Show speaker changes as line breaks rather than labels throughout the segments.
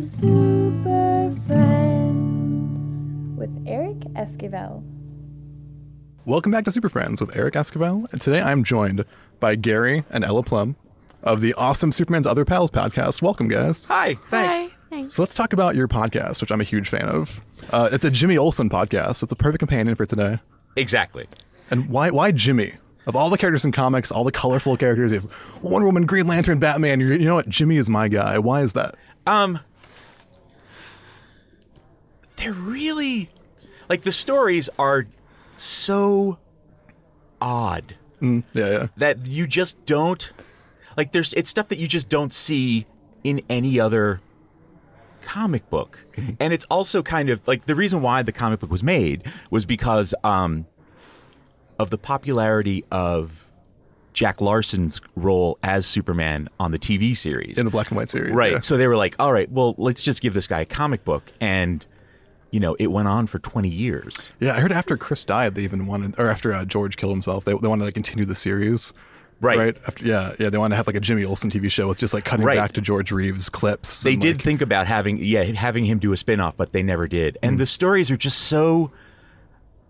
Super Friends with Eric Esquivel.
Welcome back to Super Friends with Eric Esquivel. And today I'm joined by Gary and Ella Plum of the awesome Superman's Other Pals podcast. Welcome, guys.
Hi, thanks.
So let's talk about your podcast, which I'm a huge fan of. Uh, it's a Jimmy Olsen podcast. So it's a perfect companion for today.
Exactly.
And why why Jimmy? Of all the characters in comics, all the colorful characters, you have Wonder Woman, Green Lantern, Batman. You you know what? Jimmy is my guy. Why is that?
Um, they're really like the stories are so odd
Mm, Yeah, yeah.
that you just don't like. There's it's stuff that you just don't see in any other comic book, and it's also kind of like the reason why the comic book was made was because um of the popularity of Jack Larson's role as Superman on the TV series
In the black and white series.
Right.
yeah.
So they were like, all right, well, let's just give this guy a comic book. And, you know, it went on for 20 years.
Yeah, I heard after Chris died, they even wanted, or after uh, George killed himself, they, they wanted to continue the series.
Right.
Right. After, yeah, yeah. They wanted to have like a Jimmy Olsen TV show with just like cutting
Right.
back to George Reeves clips.
They
and,
did
like-
think about having, yeah, having him do a spinoff, but they never did. And the stories are just so,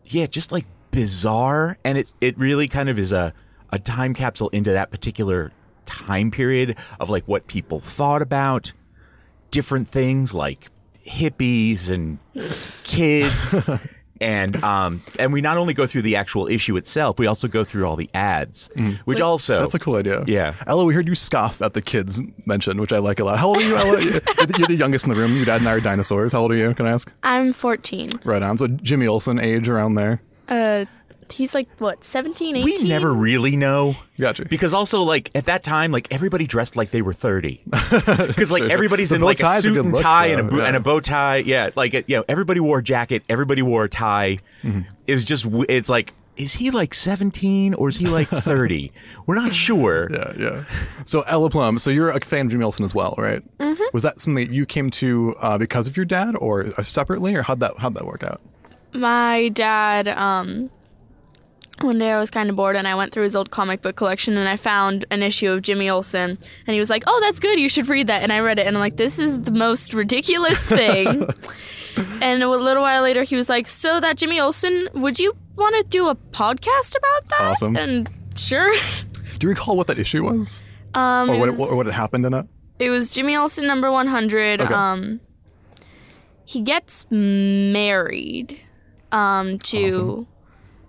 yeah, just like bizarre. And it, it really kind of is a, a time capsule into that particular time period of like what people thought about different things like hippies and kids and um and we not only go through the actual issue itself we also go through all the ads which also
Mm. That's a cool idea.
Yeah.
Ella, we heard you scoff at the kids mention, which I like a lot. How old are you, Ella? you're, the, you're the youngest in the room. Your dad and I are dinosaurs. How old are you? Can I ask?
I'm 14.
Right on. So Jimmy Olsen age around there.
Uh, he's like what 17, 18.
we never really know
Gotcha.
because also like at that time like everybody dressed like they were 30 because like everybody's
The
in
bow
like a
tie's a
suit
good
and
look,
tie and a,
though,
bo-
yeah.
and a bow tie yeah like it- you know everybody wore a jacket everybody wore a tie
Mm-hmm.
it's just w- it's like is he like 17 or is he like 30 we're not sure
Yeah, yeah. So Ella Plum, so you're a fan of Jimmy Olsen as well, right? Mm-hmm. Was that something that you came to uh, because of your dad, or uh, separately, or how'd that how'd that work out?
My dad. Um, one day I was kind of bored and I went through his old comic book collection and I found an issue of Jimmy Olsen and he was like, "Oh, that's good. You should read that." And I read it and I'm like, "This is the most ridiculous thing." and a little while later, he was like, "So that Jimmy Olsen, would you want to do a podcast about that?"
Awesome.
And sure.
Do you recall what that issue was,
Um,
or
it
what it,
was-
what, what had happened in it?
It was Jimmy Olsen number 100.
Okay.
Um he gets married um to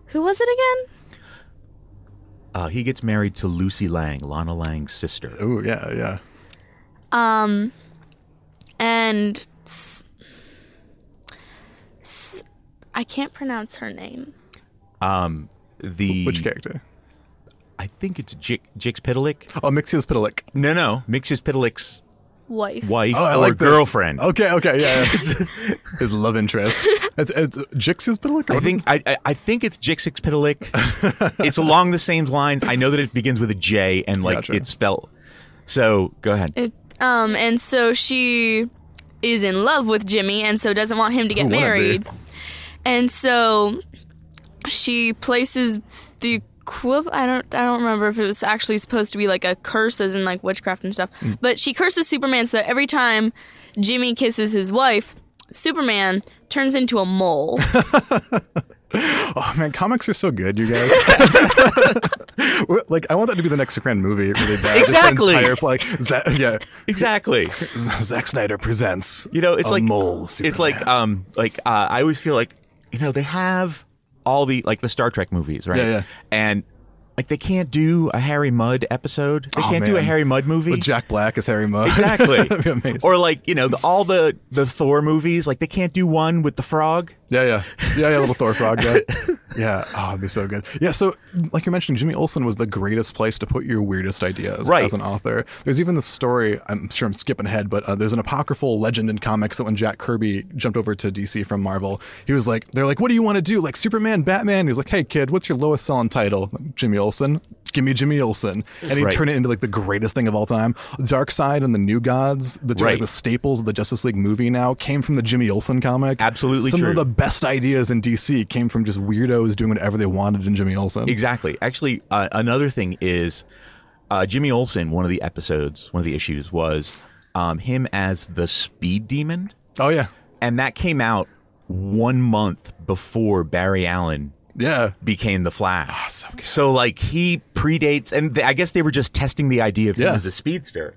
Who was it again?
uh, he gets married to lucy lang lana lang's sister
Oh yeah, yeah.
Um and s- s- I can't pronounce her name.
um the
Which character?
I think it's Jix, Jix Pitalik.
Oh, Mixius Pitalik.
No, no, Mixus Pitalik's
Wife.
wife
Oh, I
or
like this.
girlfriend.
Okay, okay, yeah. yeah. His love interest. It's, it's Jixius Pitalik.
I think I, I I think it's Jixix Pitalik. it's along the same lines. I know that it begins with a J and like
Gotcha.
it's spelled. So go ahead.
It, um and so she is in love with Jimmy and so doesn't want him to get
wouldn't be?
married. And so she places the equiv- I don't I don't remember if it was actually supposed to be like a curse as in like witchcraft and stuff.
Mm.
But she curses Superman so that every time Jimmy kisses his wife, Superman turns into a mole.
Oh man, comics are so good, you guys. We're- like, I want that to be the next Superman movie. Really bad. Just the
Exactly.
entire play- Za- yeah,
Exactly.
Z- Zack Snyder presents.
You know, it's
a
like
mole.
it's like
Superman.
um like uh, I always feel like you know they have all the like the Star Trek movies, right?
Yeah, yeah.
And like they can't do a Harry Mudd episode. They
Oh,
can't do a
man.
Harry Mudd movie.
with Jack Black as Harry Mudd.
Exactly.
That'd be amazing.
Or like you know the, all the the Thor movies, like they can't do one with the frog.
Yeah, yeah, yeah, yeah. Little Thor frog guy. Yeah, oh, it'd be so good. Yeah, so like you mentioned, Jimmy Olsen was the greatest place to put your weirdest ideas
Right.
as an author. There's even this story. I'm sure I'm skipping ahead, but uh, there's an apocryphal legend in comics that when Jack Kirby jumped over to DC from Marvel, he was like, "They're like, what do you want to do? Like Superman, Batman?" He was like, "Hey kid, what's your lowest selling title? Like, Jimmy Olsen. Give me Jimmy Olsen." And he would
Right.
turned it into like the greatest thing of all time. Dark Side and the New Gods, the two like,
Right.
the staples of the Justice League movie now came from the Jimmy Olsen comic.
Absolutely
Some
true.
of the best ideas in DC came from just weirdos doing whatever they wanted in Jimmy Olsen.
Exactly. Actually, uh, another thing is uh, Jimmy Olsen. One of the episodes, one of the issues was um, him as the Speed Demon,
Oh yeah,
and that came out one month before Barry Allen
yeah.
became the Flash.
Ah, so good.
like he predates, and th- I guess they were just testing the idea of
Yeah.
him as a speedster,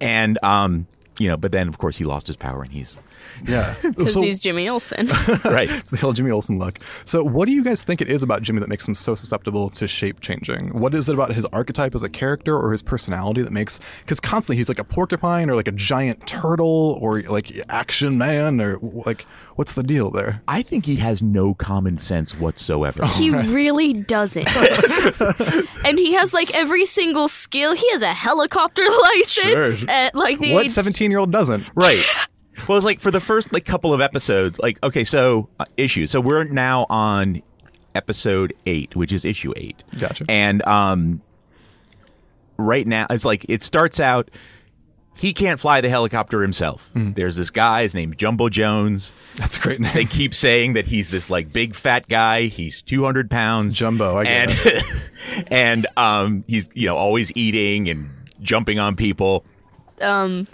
and um, you know, but then of course he lost his power, and he's
Yeah.
because
So-
he's Jimmy Olsen.
right.
it's the whole Jimmy Olsen look. So, what do you guys think it is about Jimmy that makes him so susceptible to shape changing? What is it about his archetype as a character or his personality that makes? Because constantly he's like a porcupine or like a giant turtle or like action man or like what's the deal there?
I think he has no common sense whatsoever.
He really doesn't. and he has like every single skill. He has a helicopter license
Sure.
at like the
What
age.
seventeen-year-old doesn't?
right. Well, it's like for the first like couple of episodes, like okay, so uh, issue. So we're now on episode eight, which is issue eight.
Gotcha.
And um, right now it's like it starts out. He can't fly the helicopter himself.
Mm-hmm.
There's this guy. His name's Jumbo Jones.
That's a great
They
name.
keep saying that he's this like big fat guy. He's 200 pounds.
Jumbo, I get
and, and um, he's you know always eating and jumping on people
um,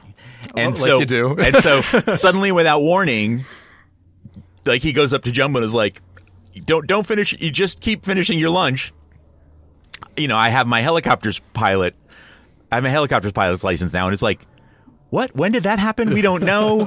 and
Well, like
so
you do.
and so suddenly without warning like he goes up to jumbo and is like don't don't finish you just keep finishing your lunch you know i have my helicopter's pilot i have a helicopter's pilot's license now and it's like what when did that happen we don't know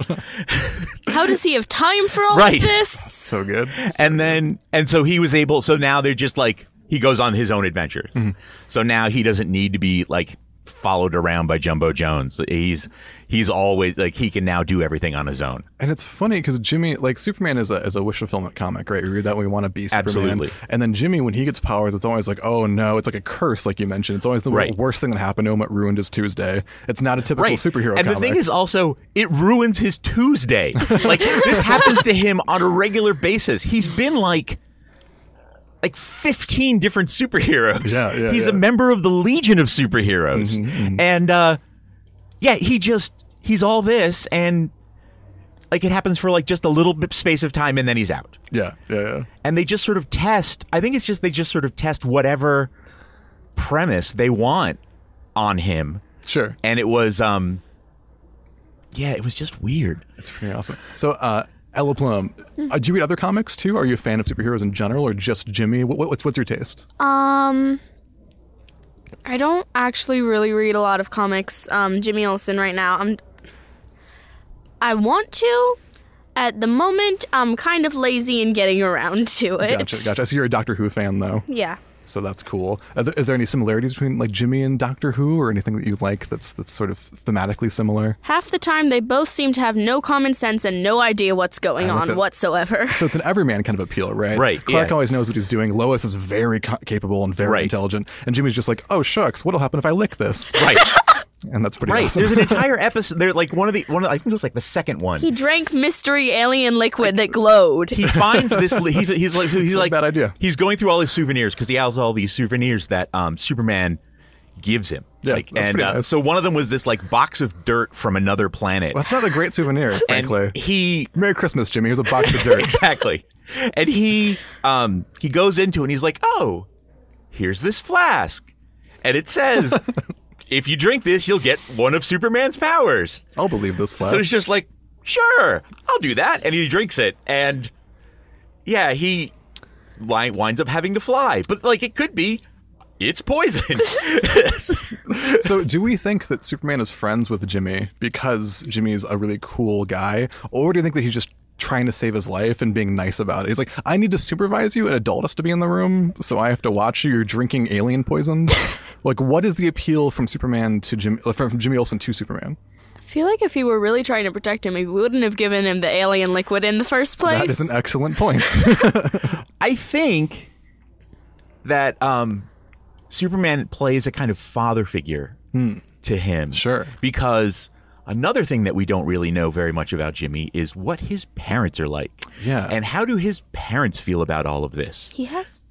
how does he have time for all
Right.
of this?
So good.
and then and so he was able so now they're just like he goes on his own adventure
Mm-hmm.
so now he doesn't need to be like followed around by jumbo jones he's he's always like he can now do everything on his own
And it's funny because Jimmy, like Superman, is a is a wish fulfillment comic, right? We read that we want to be Superman.
Absolutely.
And then Jimmy, when he gets powers, it's always like, oh no, it's like a curse, like you mentioned. It's always the
Right.
worst thing that happened to him. It ruined his Tuesday. It's not a typical
right
superhero.
and
comic.
the thing is also it ruins his tuesday like this happens to him on a regular basis he's been like like 15 different superheroes
Yeah, yeah,
he's a
yeah. Mm-hmm,
member of the legion of superheroes and uh yeah he just he's all this and like it happens for like just a little bit space of time and then he's out
yeah, yeah, yeah.
and they just sort of test i think it's just they just sort of test whatever premise they want on him
Sure.
and it was um yeah it was just weird
It's pretty awesome. So, uh, Ella Plum, uh, do you read other comics too? Are you a fan of superheroes in general or just Jimmy? What, what, what's, what's your taste?
Um, I don't actually really read a lot of comics. Um, Jimmy Olsen right now. I'm. I want to. At the moment, I'm kind of lazy in getting around to it.
Gotcha, gotcha. So you're a Doctor Who fan though,
Yeah.
so that's cool. Are there, is there any similarities between like Jimmy and Doctor Who, or anything that you like that's that's sort of thematically similar?
Half the time, they both seem to have no common sense and no idea what's going
like
on
that.
whatsoever.
So it's an everyman kind of appeal, right?
Right,
Clark
yeah.
always knows what he's doing. Lois is very co- capable and very
Right.
intelligent, and Jimmy's just like, "Oh shucks, what'll happen if I lick this?"
right
And that's pretty
right
awesome.
there's an entire episode there like one of the one of, i think it was like the second one
He drank mystery alien liquid that glowed.
he finds this li- he's, he's like he's
not a
like
bad idea.
he's going through all his souvenirs because he has all these souvenirs that um superman gives him
Yeah,
like
that's
and
pretty
uh,
nice.
so one of them was this like box of dirt from another planet
that's not a great souvenir,
and
frankly.
he
Merry Christmas, Jimmy. Here's a box of dirt.
exactly. And he um he goes into it and he's like, "Oh, here's this flask." And it says, "If you drink this, you'll get one of Superman's powers."
I'll believe this flash.
So it's just like, "Sure, I'll do that." And he drinks it and yeah, he li- winds up having to fly. But like it could be it's poison.
So, do we think that Superman is friends with Jimmy because Jimmy's a really cool guy, or do you think that he's just trying to save his life and being nice about it? He's like, I need to supervise you. An adult has to be in the room, so I have to watch you. You're drinking alien poison. like, what is the appeal from Superman to Jimmy, from Jimmy Olsen to Superman?
I feel like if he were really trying to protect him, he wouldn't have given him the alien liquid in the first place.
That is an excellent point.
I think that um, Superman plays a kind of father figure to him.
Hmm. Sure.
Because another thing that we don't really know very much about Jimmy is what his parents are like.
Yeah.
And how do his parents feel about all of this?
he has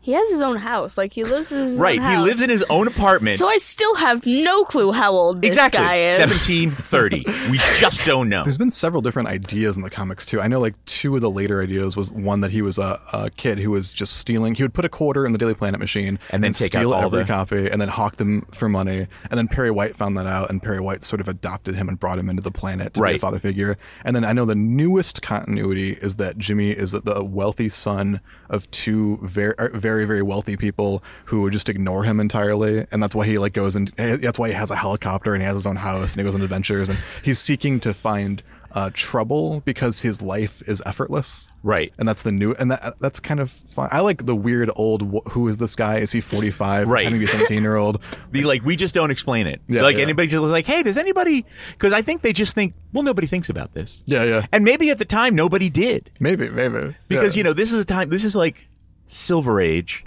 He has his own house. Like he lives in his own
Right. He
house.
lives in his own apartment.
So I still have no clue how old this
exactly.
guy is.
1730. we just don't know.
There's been several different ideas in the comics too. I know like two of the later ideas was one that he was a, a kid who was just stealing. He would put a quarter in the Daily Planet machine
And then take out
steal
all
every
the-
copy and then hawk them for money. And then Perry White found that out, and Perry White sort of adopted him and brought him into the planet to be a
Right.
father figure. And then I know the newest continuity is that Jimmy is the wealthy son of two very very very wealthy people who would just ignore him entirely, and that's why he like goes and that's why he has a helicopter and he has his own house and he goes on adventures and he's seeking to find uh, trouble because his life is effortless.
Right.
And that's the new, and that that's kind of fun. I like the weird old. wh- Who is this guy? Is he forty five?
Right.
Pretending to be seventeen year old.
The, like we just don't explain it.
Yeah,
like
yeah.
anybody just like, hey, does anybody? Because I think they just think, well, nobody thinks about this.
Yeah, yeah.
And maybe at the time nobody did
Maybe, maybe.
because
yeah.
you know this is a time. This is like Silver Age.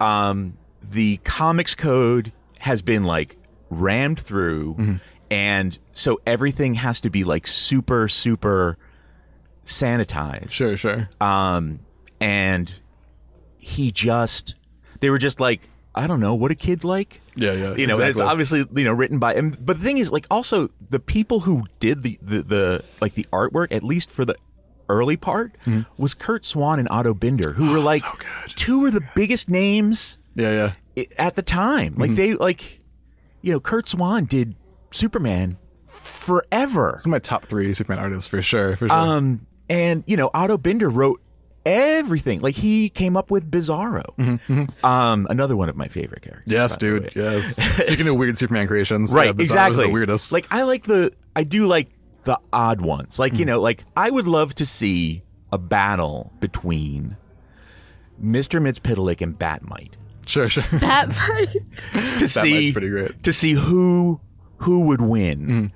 Um, the comics code has been like rammed through,
Mm-hmm.
and so everything has to be like super, super sanitized.
Sure, sure.
um, and he just they were just like i don't know what do kids like
Yeah, yeah,
you know it's
Uh, exactly.
obviously you know written by and, but the thing is like also the people who did the the, the like the artwork at least for the early part was kurt swan and otto binder who were like
Mm-hmm. Oh, good.
two of the biggest names
yeah, yeah.
i- at the time like
Mm-hmm.
they like you know kurt swan did superman forever
It's my top three Superman artists for sure. For sure.
um, and you know, Otto Binder wrote everything. Like he came up with Bizarro.
Mm-hmm.
Um, another one of my favorite characters.
yes,
by the
dude.
way.
Yes. Speaking of weird Superman creations,
Right,
yeah, Bizarro's
exactly.
The weirdest.
Like I like the I do like the odd ones. Like, you
Hmm.
know, like I would love to see a battle between Mr. Mitzpitalik and Batmite.
sure, sure.
That part-
To see
pretty great. Hmm.
to see who who would win.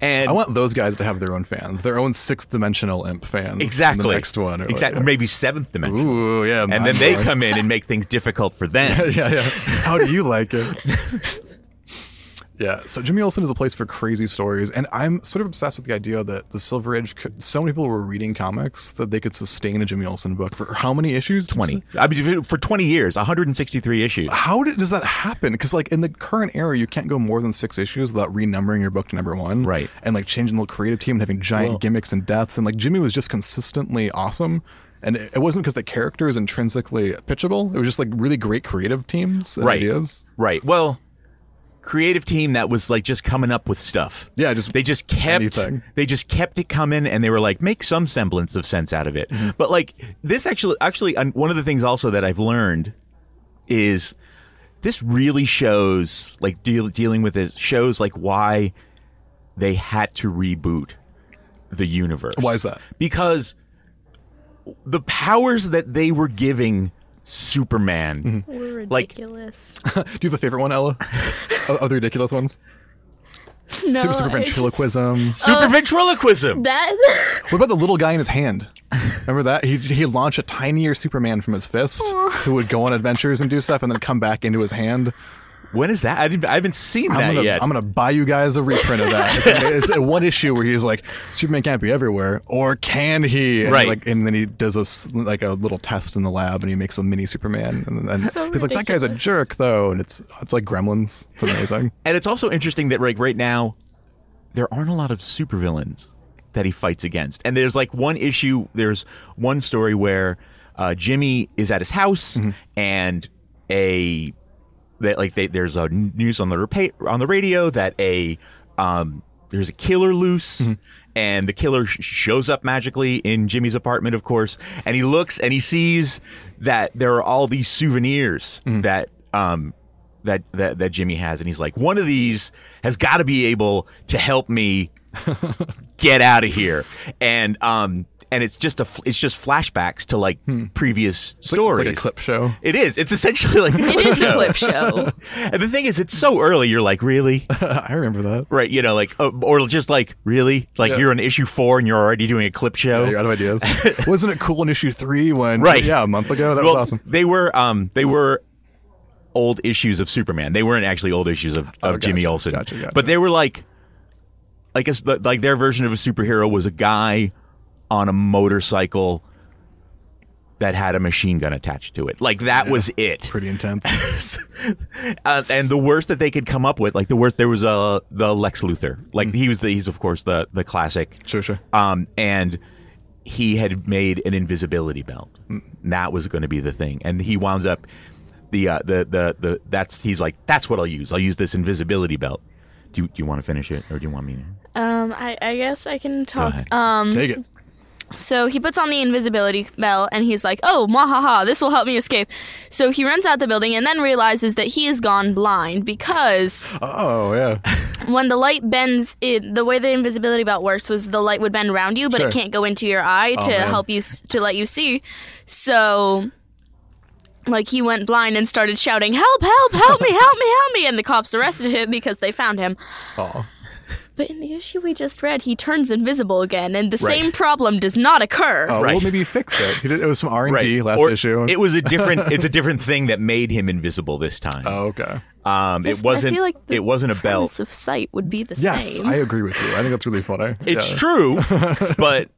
And
I want those guys to have their own fans, their own sixth dimensional imp fans. in
exactly
the next one. or like-
exactly maybe seventh dimension.
Ooh, yeah.
and then they come in and make things difficult for them.
yeah, yeah. How do you like it? Yeah, so Jimmy Olsen is a place for crazy stories, and I'm sort of obsessed with the idea that the Silver Age. Could, so many people were reading comics that they could sustain a Jimmy Olsen book for how many issues?
Twenty. I mean, for twenty years, 163 issues.
how did, does that happen? Because like in the current era, you can't go more than six issues without renumbering your book to number one,
Right.
And like changing the creative team and having giant gimmicks and deaths. And like Jimmy was just consistently awesome, and it, it wasn't because the character is intrinsically pitchable. It was just like really great creative teams, and
Right.
Ideas.
Right. Well, creative team that was like just coming up with stuff.
Yeah, just
they just kept
anything.
they just kept it coming, and they were like, make some semblance of sense out of it.
Mm-hmm.
But like this actually, actually, and one of the things also that I've learned is this really shows like deal, dealing with it shows like why they had to reboot the universe.
Why is that?
because the powers that they were giving Superman,
Mm-hmm.
We're
Like-
ridiculous.
Do you have a favorite one, Ella? of, of the ridiculous ones, super,
no,
super
I just-
ventriloquism.
super ventriloquism.
that
What about the little guy in his hand? Remember that he he launched a tinier Superman from his fist, who would go on adventures and do stuff, and then come back into his hand.
when is that? I, didn't, I haven't seen that
I'm gonna,
yet.
I'm gonna buy you guys a reprint of that. It's, it's a one issue where he's like, Superman can't be everywhere, or can he? And
Right.
Like, and then he does a s- like a little test in the lab, and he makes a mini Superman, and then
So
he's like, that guy's a
ridiculous.
jerk though, and it's it's like Gremlins. It's amazing.
and it's also interesting that like right now, there aren't a lot of supervillains that he fights against. And there's like one issue. There's one story where uh, Jimmy is at his house
Mm-hmm.
and a that like they, there's a news on the repa- on the radio that a um, there's a killer loose.
Mm-hmm.
And the killer sh- shows up magically in Jimmy's apartment, of course. And he looks and he sees that there are all these souvenirs
Mm-hmm.
that um, that, that that Jimmy has, and he's like, one of these has got to be able to help me get out of here. And um, and it's just a fl- it's just flashbacks to like previous
Hmm. It's
stories.
like a clip show.
It is. It's essentially like a
it
clip
is a
show.
clip show.
And the thing is, it's so early. You're like, really,
I remember that.
right? You know, like, oh, or just like, really, like
Yeah.
you're on issue four and you're already doing a clip show.
Yeah, you're out of ideas. Wasn't it cool in issue three when?
Right.
Yeah, a month ago. That
well,
was awesome.
They were um they were old issues of Superman. They weren't actually old issues of, of
Oh, gotcha,
Jimmy Olsen.
gotcha, gotcha.
But they were like like a, like their version of a superhero was a guy on a motorcycle that had a machine gun attached to it. Like that was it.
Pretty intense.
Uh, and the worst that they could come up with, like the worst, there was uh, the Lex Luthor. Like he was the he's of course the the classic.
Mm-hmm. Sure, sure.
Um, and he had made an invisibility belt.
Mm.
That was going to be the thing, and he wound up the uh, the the the that's he's like that's what I'll use. I'll use this invisibility belt. Do you, do you want to finish it, or do you want me? to?
Um, I, I guess I can talk.
ahead.
Um,
Take it.
So he puts on the invisibility belt and he's like, oh, mwahaha, this will help me escape. So he runs out the building and then realizes that he has gone blind because
Oh yeah.
when the light bends, it, the way the invisibility belt works was the light would bend around you, but
Sure. Oh,
it can't go into your eye to
man.
help you, s- to let you see. So. Like he went blind and started shouting, "Help! Help! Help me! Help me! Help me!" And the cops arrested him because they found him.
Oh.
But in the issue we just read, he turns invisible again, and the
Right.
same problem does not occur.
Oh, Well,
Right.
maybe he fixed it. He did, it was some R and D last
Or
issue.
It was a different. it's a different thing that made him invisible this time.
oh, okay.
Um,
It's-
it wasn't.
I feel like the
it wasn't a belt.
premise of sight would be the
Yes,
same.
I agree with you. I think that's really funny.
It's
Yeah.
true, but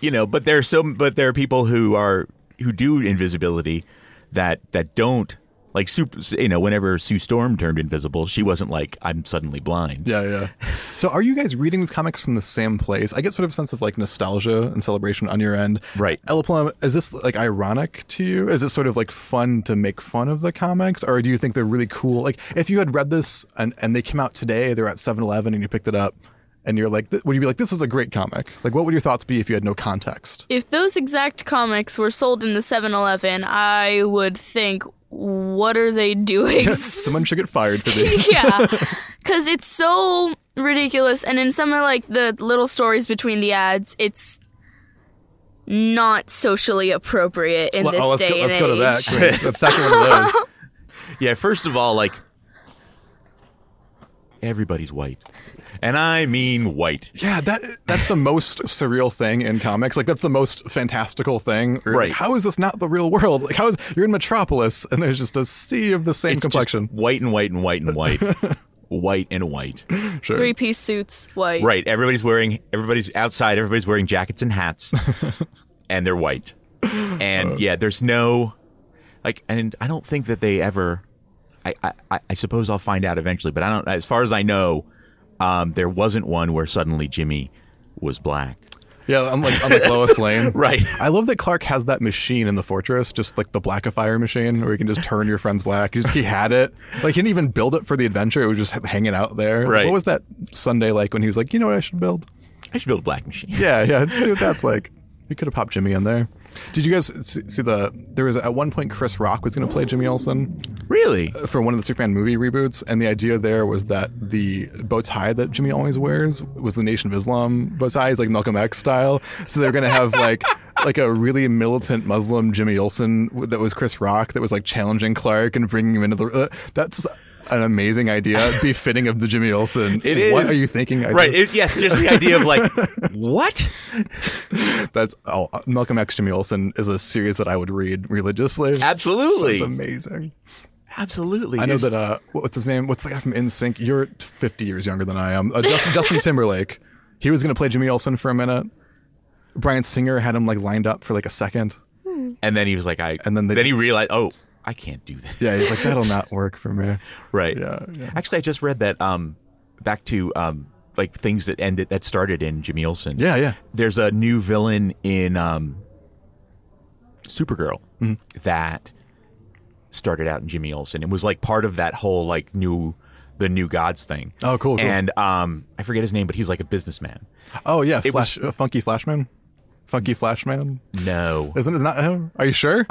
you know, but there are some, but there are people who are who do invisibility that that don't like super. You know, whenever Sue Storm turned invisible, she wasn't like I'm suddenly blind.
Yeah, yeah. So, are you guys reading these comics from the same place? I get sort of a sense of like nostalgia and celebration on your end,
Right.
Ella Plum, is this like ironic to you? Is it sort of like fun to make fun of the comics, or do you think they're really cool? Like, if you had read this and and they came out today, they're at 7-Eleven, and you picked it up, and you're like, th- would you be like, this is a great comic? Like, what would your thoughts be if you had no context?
if those exact comics were sold in the 7-Eleven, I would think, what are they doing?
Someone should get fired for these.
yeah, because it's so ridiculous. And in some of like the little stories between the ads, it's not socially appropriate in
Well,
this
oh, let's
day
go,
and
let's
age.
go to that. Great. That's second one of those.
Yeah, first of all, like everybody's white. And I mean white.
Yeah, that that's the most surreal thing in comics. Like that's the most fantastical thing. You're like,
Right.
how is this not the real world? Like how is you're in Metropolis and there's just a sea of the same
It's just
complexion.
white and white and white and white. white and white.
Sure.
Three-piece suits, white.
Right. Everybody's wearing. Everybody's outside. Everybody's wearing jackets and hats, and they're white. And yeah, there's no, like, and I don't think that they ever. I, I- I I suppose I'll find out eventually, but I don't. As far as I know, um, there wasn't one where suddenly Jimmy was black.
Yeah, I'm like I'm like Lois Lane.
Right.
I love that Clark has that machine in the fortress, just like the blackifier machine, where you can just turn your friends black. He, just, he had it. Like he didn't even build it for the adventure. It was just hanging out there.
Right.
What was that Sunday like when he was like, you know what I should build?
I should build a black machine.
Yeah, yeah. See what that's like. You could have popped Jimmy in there. Did you guys see see the? There was at one point Chris Rock was going to play Jimmy Olsen
Really?
for one of the Superman movie reboots, and the idea there was that the bow tie that Jimmy always wears was the Nation of Islam bow tie, it's like Malcolm X style. So they're gonna have like like a really militant Muslim Jimmy Olsen w- that was Chris Rock that was like challenging Clark and bringing him into the. Uh, that's an amazing idea, befitting of the Jimmy Olsen.
It is.
What are you thinking? idea?
Right. It, yes. Just the idea of like, what?
That's oh, Malcolm X Jimmy Olsen is a series that I would read religiously.
Absolutely.
It's amazing.
Absolutely.
I know
There's-
that uh what's his name? What's the guy from NSYNC? You're 50 years younger than I am. Uh, Justin, Justin Timberlake. He was going to play Jimmy Olsen for a minute. Brian Singer had him like lined up for like a second.
And then he was like, I.
And then they-
then he realized, oh, I can't do that.
Yeah, he's like that'll not work for me.
Right.
Yeah, yeah.
Actually, I just read that. Um, back to um, like things that ended that started in Jimmy Olsen.
Yeah, yeah.
There's a new villain in um, Supergirl
Mm-hmm.
that started out in Jimmy Olsen and was like part of that whole like new the new gods thing.
Oh, cool, cool.
And um, I forget his name, but he's like a businessman.
Oh yeah,
It was-
Flash uh, Funky Flashman. Funky Flashman.
No.
Isn't it not him? Are you sure?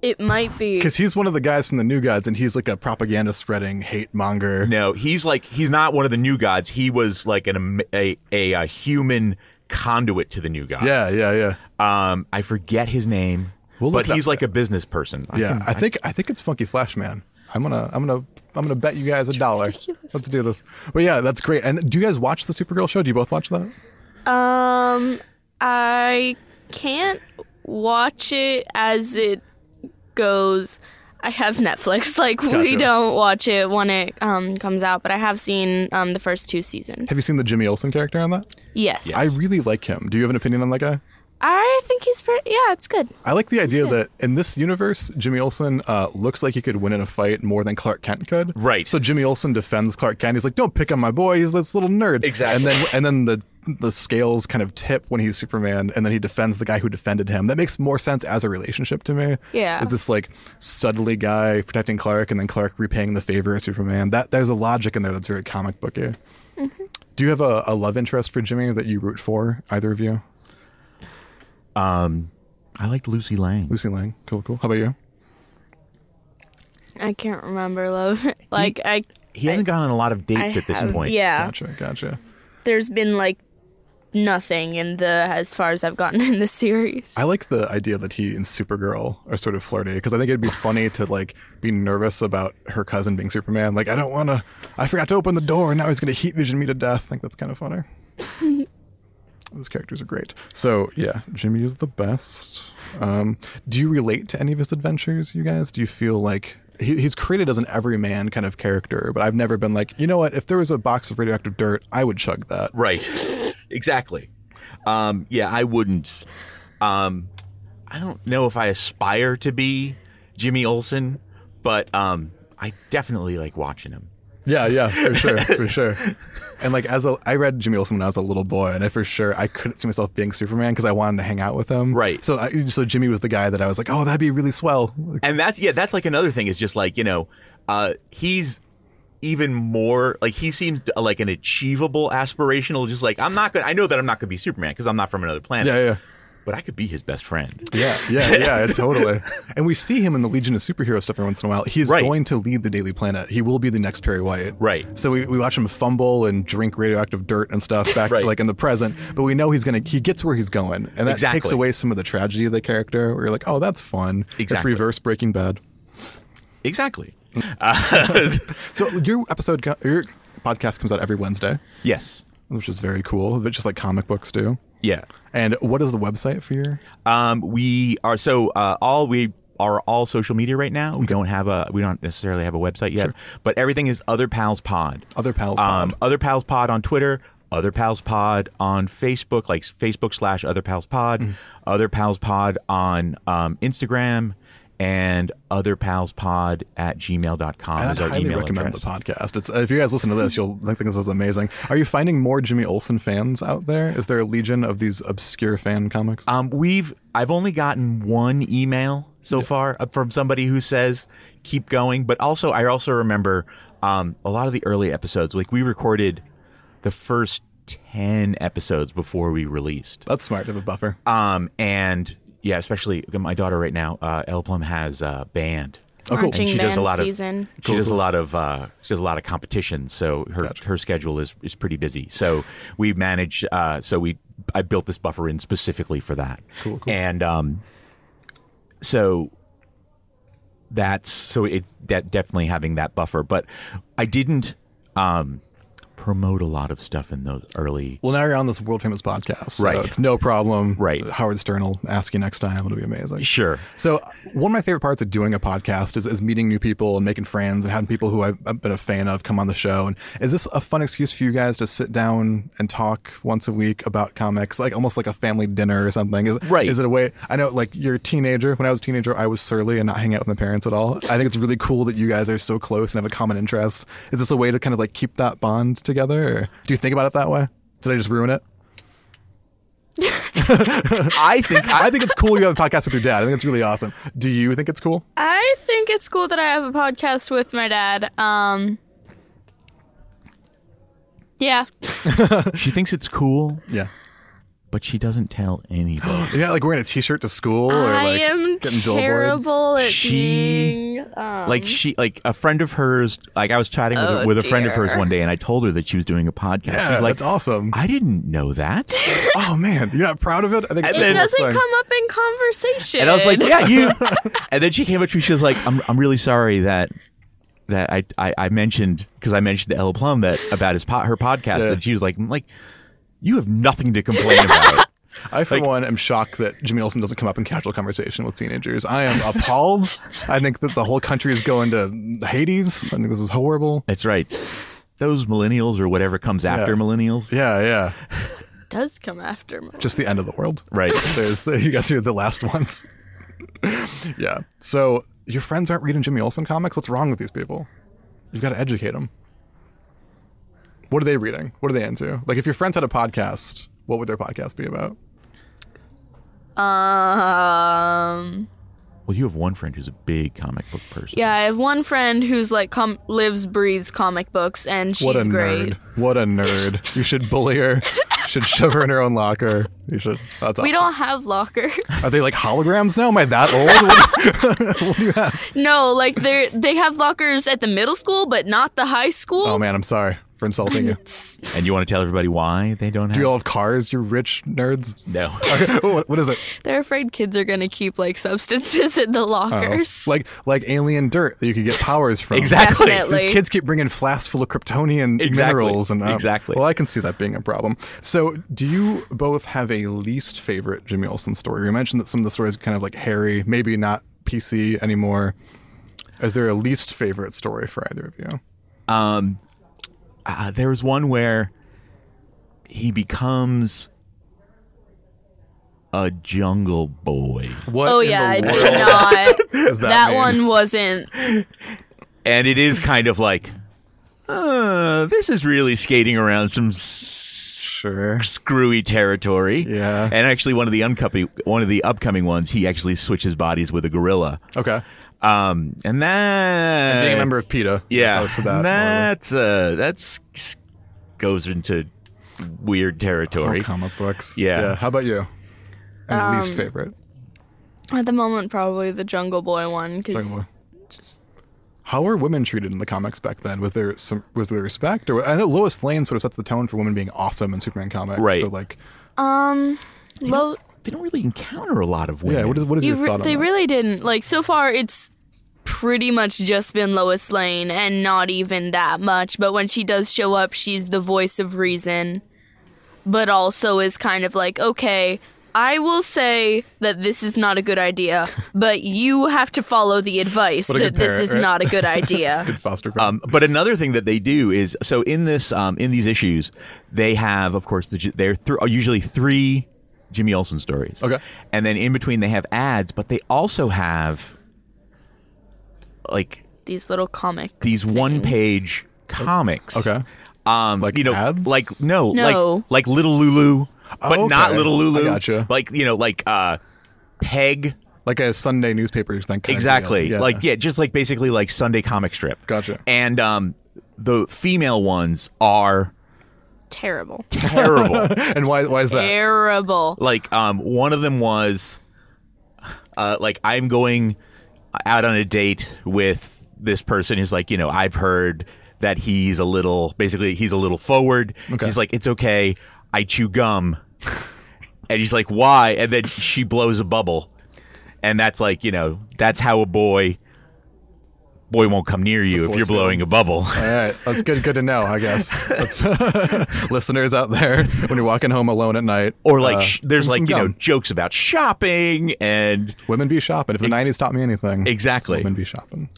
It might be.
Because he's one of the guys from the New Gods, and he's like a propaganda spreading hate monger.
No, he's like he's not one of the new gods. He was like an am- a a, a human conduit to the new gods.
Yeah, yeah, yeah.
Um, I forget his name,
We'll look
but
it up.
he's like a business person. I
Yeah,
can-
I think I think it's Funky Flash Man. I'm gonna I'm gonna I'm gonna bet you guys a dollar. Let's do this. But yeah, that's great. And do you guys watch the Supergirl show? Do you both watch that?
Um, I can't watch it as it goes. I have Netflix. Like
Gotcha.
we don't watch it when it um comes out, but I have seen um the first two seasons.
Have you seen the Jimmy Olsen character on that?
yes.
I really like him. Do you have an opinion on that guy?
I think he's pretty. Yeah, it's good.
I like the idea that in this universe, Jimmy Olsen uh, looks like he could win in a fight more than Clark Kent could.
Right.
So Jimmy Olsen defends Clark Kent. He's like, "Don't pick on my boy. He's this little nerd."
Exactly.
And then and then the the scales kind of tip when he's Superman, and then he defends the guy who defended him. That makes more sense as a relationship to me.
Yeah.
Is this like studly guy protecting Clark, and then Clark repaying the favor as Superman? That there's a logic in there that's very comic booky.
Mm-hmm.
Do you have a, a love interest for Jimmy that you root for? Either of you,
I liked Lucy Lang.
Lucy Lang. Cool, cool. How about you?
I can't remember love. like I,
He hasn't gone on a lot of dates
I
at this
have-
point.
Yeah,
Gotcha, gotcha.
there's been like nothing in the as far as I've gotten in the series.
I like the idea that he and Supergirl are sort of flirty because I think it'd be funny to like be nervous about her cousin being Superman. Like, I don't want to. I forgot to open the door, and now he's going to heat vision me to death. I think that's kind of funny. Those characters are great. So yeah, Jimmy is the best. Um, do you relate to any of his adventures, you guys? Do you feel like he, he's created as an everyman kind of character? But I've never been like, you know what? If there was a box of radioactive dirt, I would chug that.
Right. exactly. Um, yeah, I wouldn't. Um, I don't know if I aspire to be Jimmy Olsen, but um, I definitely like watching him.
Yeah, yeah, for sure, for sure. And like as a, I read Jimmy Olsen when I was a little boy, and I for sure I couldn't see myself being Superman because I wanted to hang out with him.
Right.
So, I, so Jimmy was the guy that I was like, oh, that'd be really swell. Like,
And that's yeah, that's like another thing is just like, you know, uh he's even more like he seems uh, like an achievable aspirational just like I'm not going to I know that I'm not going to be Superman because I'm not from another planet.
yeah, yeah.
But I could be his best friend.
Yeah, yeah, yeah, totally. And we see him in the Legion of Superhero stuff every once in a while. He's
Right.
going to lead the Daily Planet. He will be the next Perry White.
Right.
So we, we watch him fumble and drink radioactive dirt and stuff back
Right.
like in the present, but we know he's gonna he gets where he's going. And that
Exactly.
takes away some of the tragedy of the character where you're like, Oh, that's fun. It's
Exactly.
reverse breaking bad.
Exactly. Uh,
So your episode, co- your podcast comes out every Wednesday,
yes.
which is very cool. but Just like comic books do.
Yeah.
And what is the website for your?
Um, we are so uh, all we are all social media right now. We don't have a we don't necessarily have a website yet, but everything is Other Pals Pod.
Other Pals
Um,
Pod.
Other Pals Pod on Twitter. Other Pals Pod on Facebook, like Facebook slash Other Pals Pod.
Mm-hmm.
Other Pals Pod on um, Instagram. And other pals pod at gmail.com
And
is
I'd
our
highly
email
recommend
address.
the podcast. It's if you guys listen to this, you'll think this is amazing. Are you finding more Jimmy Olsen fans out there? Is there a legion of these obscure fan comics?
Um, we've I've only gotten one email so far uh, from somebody who says keep going, but also I also remember um, a lot of the early episodes. Like we recorded the first ten episodes before we released.
That's smart to have a buffer.
Um, and yeah, especially my daughter right now, uh, Elle Plum has a band.
Oh, cool.
Marching
And she does a
band
lot of
season.
she does a lot of uh, she does a lot of competition, so her her schedule is is pretty busy. So we manage uh, so we I built this buffer in specifically for that. Cool, cool. And um, so that's so it de- definitely having that buffer, but I didn't um, promote a lot of stuff in those early.
Well, now you're on this world famous podcast, so
Right.
It's no problem.
Right.
Howard Stern will ask you next time. It'll be amazing.
Sure.
So uh, one of my favorite parts of doing a podcast is, is meeting new people and making friends and having people who I've, I've been a fan of come on the show. And is this a fun excuse for you guys to sit down and talk once a week about comics, like almost like a family dinner or something? Is,
Right.
Is it a way? I know, like you're a teenager. When I was a teenager, I was surly and not hang out with my parents at all. I think it's really cool that you guys are so close and have a common interest. Is this a way to kind of like keep that bond together? Or do you think about it that way? Did I just ruin it?
I think I,
I think it's cool you have a podcast with your dad. I think it's really awesome. Do you think it's cool?
I think it's cool that I have a podcast with my dad. Um, yeah,
she thinks it's cool,
Yeah.
but she doesn't tell anybody.
You're not like wearing a t-shirt to school or
I
like
am
getting billboards?
terrible at
She-
being. Um,
like she like a friend of hers like i was chatting with,
Oh,
with a friend of
dear.
hers one day and i told her that she was doing a podcast
Yeah,
she's like
that's awesome.
i didn't know that
oh man, you're not proud of it? I think it's
And
it
the
then-
coolest
doesn't
thing.
come up in conversation.
and i was like yeah you and then she came up to me she was like i'm, I'm really sorry that that i i, I mentioned because i mentioned to ella plum that about his pot her podcast
Yeah.
and she was like I'm like you have nothing to complain about
I for
like-
one am shocked that Jimmy Olsen doesn't come up in casual conversation with teenagers. I am appalled. I think that the whole country is going to Hades. I think this is horrible.
that's right those millennials or whatever comes after millennials
Yeah, yeah.
does come after Mo-
Just the end of the world.
Right.
There's the, you guys are the last ones. yeah. So your friends aren't reading Jimmy Olsen comics. What's wrong with these people? You've got to educate them. What are they reading? What are they into? Like, if your friends had a podcast, what would their podcast be about?
Um.
Well, you have one friend who's a big comic book person.
Yeah, I have one friend who's like com- lives, breathes comic books, and she's
what a
great.
nerd! What a nerd! you should bully her. You should shove her in her own locker. You should. That's awesome.
We don't have lockers.
Are they like holograms now? Am I that old?
no, like they are they have lockers at the middle school, but not the high school.
oh man, I'm sorry for insulting you.
And you want to tell everybody why they don't have
Do you all have cars? You rich nerds.
No.
what, what is it?
They're afraid kids are gonna keep like substances in the
Oh,
lockers.
like like alien dirt that you could get powers from.
Exactly.
Definitely.
These kids keep bringing flasks full of Kryptonian
Exactly.
minerals and uh,
Exactly.
Well, I can see that being a problem. So, do you both have a least favorite Jimmy Olsen story? You mentioned that some of the stories are kind of like hairy, maybe not PC anymore. Is there a least favorite story for either of you?
Uh, there was one where he becomes a jungle boy.
What?
oh
in
yeah, I
the
did
world
not.
does that,
that
mean?
one wasn't.
And it is kind of like, uh, this is really skating around some s-
Sure.
screwy territory.
Yeah.
And actually, one of the upcoming one of the upcoming ones, he actually switches bodies with a gorilla.
Okay.
Um, and that
Being a member of PETA.
yeah,
Most of that. more
that's uh, that's goes into weird
of
territory.
it. comic books.
Yeah.
How about you? And
Um,
least favorite.
At the moment, probably the Jungle Boy
Sorry,
one because
what? How were women treated in the comics back then? Was there some was there respect? Or I know Lois Lane sort of sets the tone for women being awesome in Superman comics.
Right.
So like,
um, low.
They don't really encounter a lot of women.
yeah. What is what is
You
your
re-
thought on
they
that?
really didn't like so far it's pretty much just been lois lane and not even that much but when she does show up she's the voice of reason but also is kind of like okay i will say that this is not a good idea but you have to follow the advice
What a
that
good
this
parent,
is
right?
not a good idea
Good Foster.
Um, but another thing that they do is so in this um, in these issues they have of course the, they're th- are usually three Jimmy Olsen stories.
Okay.
and then in between they have ads, but they also have like
these little comic
these
things.
one page comics.
okay.
um,
Like
you know,
ads?
like no,
No.
like like Little Lulu, but
Oh, okay.
not Little Lulu.
I gotcha.
Like you know, like uh, Peg.
Like a Sunday newspaper thing. kind of
Exactly.
deal.
Like yeah, just like basically like Sunday comic strip.
Gotcha.
And um, the female ones are
terrible
terrible.
And why why is that?
terrible
like um, one of them was uh, like I'm going out on a date with this person who's like you know I've heard that he's a little basically he's a little forward.
Okay.
He's like it's okay. I chew gum, and he's like why? And then she blows a bubble, and that's like you know that's how a boy. Boy won't come near you if
force
you're
field.
blowing a bubble.
All right, that's good. Good to know, I guess. That's listeners out there, when you're walking home alone at night,
Or like
uh,
sh- there's
drink
like you
some
know
gum.
jokes about shopping and
women be shopping. If the '90s taught me anything, it's
Exactly.
women be shopping.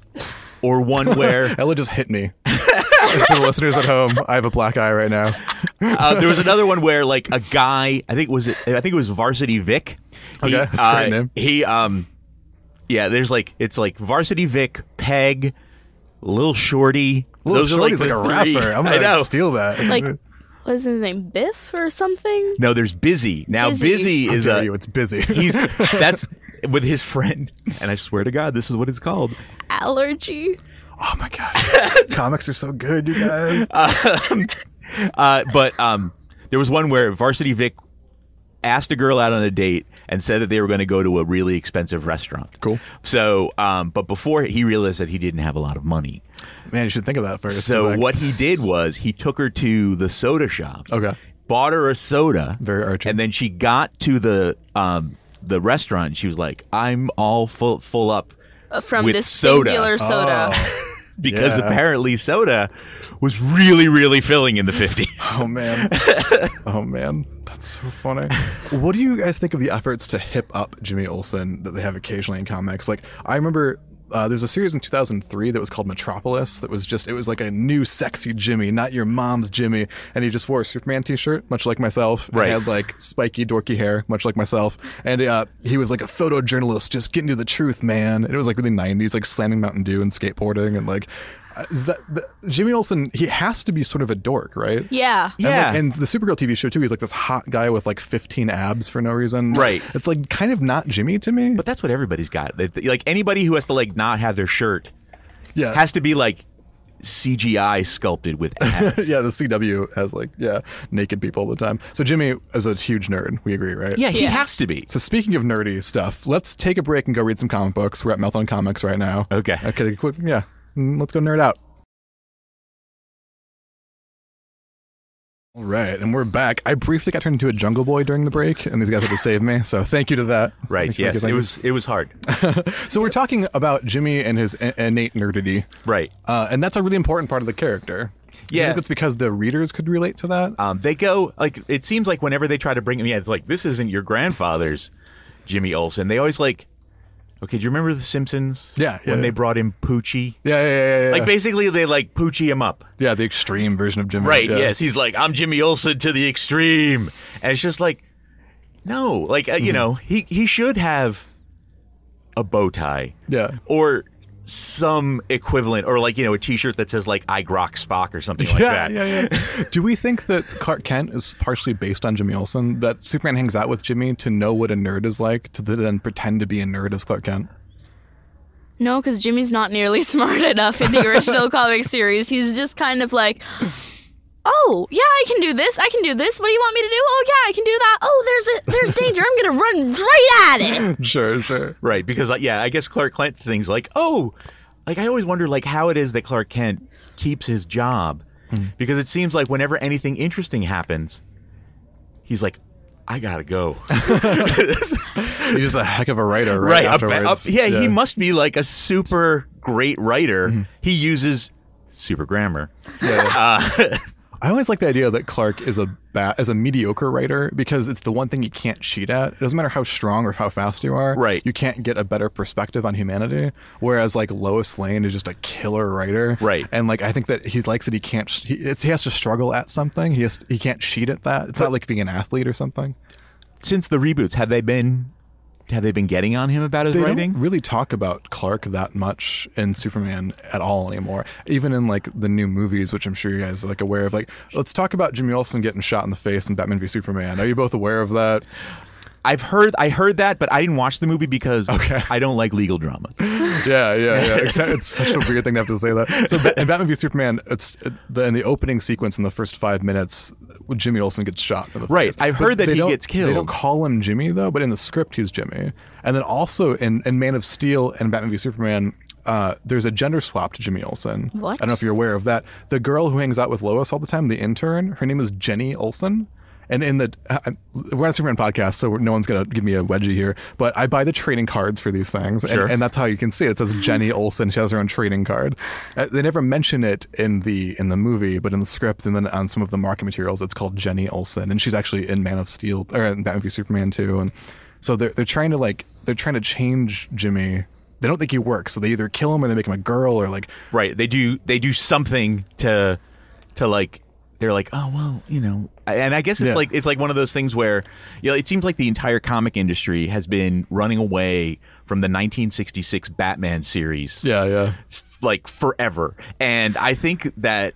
or one where
Ella just hit me. For the listeners at home, I have a black eye right now.
uh, there was another one where like a guy, I think was it, I think it was Varsity Vic.
Okay,
he, uh,
that's a great name.
He um, yeah, there's like it's like Varsity Vic, Peg, Lil Shorty.
Little
Those
Shorty's
are
like,
like,
a
the three.
rapper. I'm
I know.
gonna steal that.
like what is his name biff or something
no, there's Busy. Now
Busy.
Busy,
How
is
dare
a
you, it's busy.
he's that's with his friend, and I swear to God, this is what it's called.
allergy
oh my god, comics are so good, you guys.
Uh, but um, there was one where Varsity Vic asked a girl out on a date and said that they were going to go to a really expensive restaurant.
Cool.
So, um, but before he realized that he didn't have a lot of money.
Man, you should think of that first.
So
Like,
what he did was he took her to the soda shop.
Okay.
Bought her a soda.
Very Archer.
And then she got to the um, the restaurant. And she was like, "I'm all full full up."
Uh, from
With
this
soda. Oh.
singular soda
Because
Yeah.
apparently soda was really, really filling in the 50s.
Oh man. oh man. That's so funny. What do you guys think of the efforts to hip up Jimmy Olsen that they have occasionally in comics? Like I remember Uh, there's a series in 2003 that was called Metropolis that was just, it was like a new sexy Jimmy, not your mom's Jimmy. And he just wore a Superman t shirt, much like myself. and
Right.
had, like spiky, dorky hair, much like myself. And uh, he was like a photojournalist, just getting to the truth, man. And it was like really 90s, like slamming Mountain Dew and skateboarding. And like, uh, is that, the, Jimmy Olsen, he has to be sort of a dork, right?
Yeah.
And, like,
Yeah.
And, the Supergirl TV show too. He's like this hot guy with like 15 abs for no reason.
Right.
It's like kind of not Jimmy to me.
But that's what everybody's got. They- they- Like anybody who has to like not have their shirt
yeah,
has to be like CGI sculpted with abs.
yeah. The CW has like yeah naked people all the time. So Jimmy is a huge nerd. We agree, right?
yeah, he
Yeah.
has to be.
So speaking of nerdy stuff, let's take a break and go read some comic books. We're at Melt on Comics right now.
Okay.
Okay. Quick. Yeah. Mm, Let's go nerd out. All right, and we're back. I briefly got turned into a jungle boy during the break, and these guys had to save me. So thank you to that. Thank you,
Right.
thank you,
Yes.
thank
It
you.
was it was hard.
So we're talking about Jimmy and his i- innate nerdity,
Right.
uh, and that's a really important part of the character. Do you
Yeah.
think that's because the readers could relate to that.
Um, they go like it seems like whenever they try to bring him, yeah, it's like this isn't your grandfather's Jimmy Olsen. They always like, okay, do you remember The Simpsons?
Yeah, yeah,
when
yeah.
they brought in Poochie,
yeah, yeah, yeah, yeah, yeah.
like basically they like Poochie him up.
yeah, the extreme version of Jimmy.
Right.
yeah.
Yes. He's like, I'm Jimmy Olsen to the extreme, and it's just like, no, like uh,
Mm-hmm.
you know, he he should have a bow tie.
Yeah.
Or some equivalent, or like you know, a T-shirt that says like "I Grok Spock" or something like
yeah,
that.
yeah, yeah. Do we think that Clark Kent is partially based on Jimmy Olsen? That Superman hangs out with Jimmy to know what a nerd is like, to then pretend to be a nerd as Clark Kent?
No, because Jimmy's not nearly smart enough in the original comic series. He's just kind of like, oh yeah, I can do this. I can do this. What do you want me to do? Oh yeah, I can do that. Oh, there's a there's danger. I'm gonna run right at it.
Sure, sure.
Right, because like, yeah, I guess Clark Kent's things like, oh, like I always wonder like how it is that Clark Kent keeps his job,
Hmm.
because it seems like whenever anything interesting happens, he's like, I gotta go.
He's a heck of a writer, right?
right, up- up-
afterwards.
yeah, he must be like a super great writer.
Mm-hmm.
He uses super grammar.
I always like the idea that Clark is a ba- is a mediocre writer because it's the one thing you can't cheat at. It doesn't matter how strong or how fast you are.
Right.
You can't get a better perspective on humanity. Whereas like Lois Lane is just a killer writer.
Right.
And like I think that he likes that he can't. sh- He, it's, he has to struggle at something. He has he can't cheat at that. It's not like being an athlete or something.
Since the reboots, have they been have they been getting on him about his
They
writing?
don't really talk about Clark that much in Superman at all anymore. Even in like the new movies, which I'm sure you guys are like aware of. Like, let's talk about Jimmy Olsen getting shot in the face in Batman v Superman. Are you both aware of that?
I've heard I heard that, but I didn't watch the movie because
Okay.
I don't like legal dramas.
yeah, yeah, yeah. It's, it's such a weird thing to have to say that. So Ba- in Batman v Superman, it's it, the, in the opening sequence in the first five minutes, Jimmy Olsen gets shot. In the
Right.
face.
I've heard that
they
he
don't-
gets killed.
They don't call him Jimmy though, but in the script he's Jimmy. And then also in, in Man of Steel and Batman v Superman. Uh, there's a gender swap to Jimmy Olsen.
What?
I don't know if you're aware of that. The girl who hangs out with Lois all the time, the intern, her name is Jenny Olsen. And in the, I, I- we're on a Superman podcast, so we're- no one's going to give me a wedgie here, but I buy the trading cards for these things.
Sure.
And, and that's how you can see it. It says Jenny Olsen. She has her own trading card. Uh, they never mention it in the in the movie, but in the script and then on some of the market materials, it's called Jenny Olsen, and she's actually in Man of Steel or in Batman v Superman too. And so they're they're trying to like they're trying to change Jimmy. They don't think he works, so they either kill him or they make him a girl or like
Right. They do they do something to to like they're like, "Oh, well, you know." And I guess it's
Yeah.
like it's like one of those things where you know, it seems like the entire comic industry has been running away from the 1966 Batman series
yeah yeah
like forever. And I think that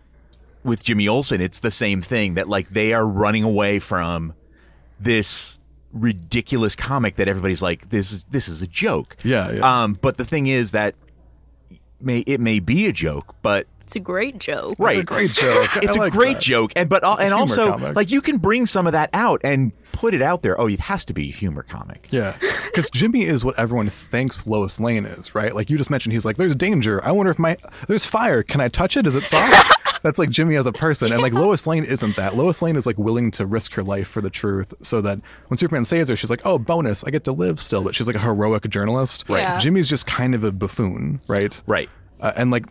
with Jimmy Olsen, it's the same thing that like they are running away from this ridiculous comic that everybody's like this this is a joke.
Yeah, yeah.
Um but the thing is that may it may be a joke, but
It's a great joke.
right.
It's a great joke. I
It's a
like
great
that.
joke, and but
a
and
humor
also
comic.
like you can bring some of that out and put it out there. Oh, it has to be a humor comic.
Yeah, because Jimmy is what everyone thinks Lois Lane is, right? Like you just mentioned, he's like, "There's danger. I wonder if my there's fire. Can I touch it? Is it soft?" That's like Jimmy as a person, and like Lois Lane isn't that. Lois Lane is like willing to risk her life for the truth, so that when Superman saves her, she's like, "Oh, bonus! I get to live still." But she's like a heroic journalist.
Right. Yeah.
Jimmy's just kind of a buffoon, right?
Right.
Uh, and like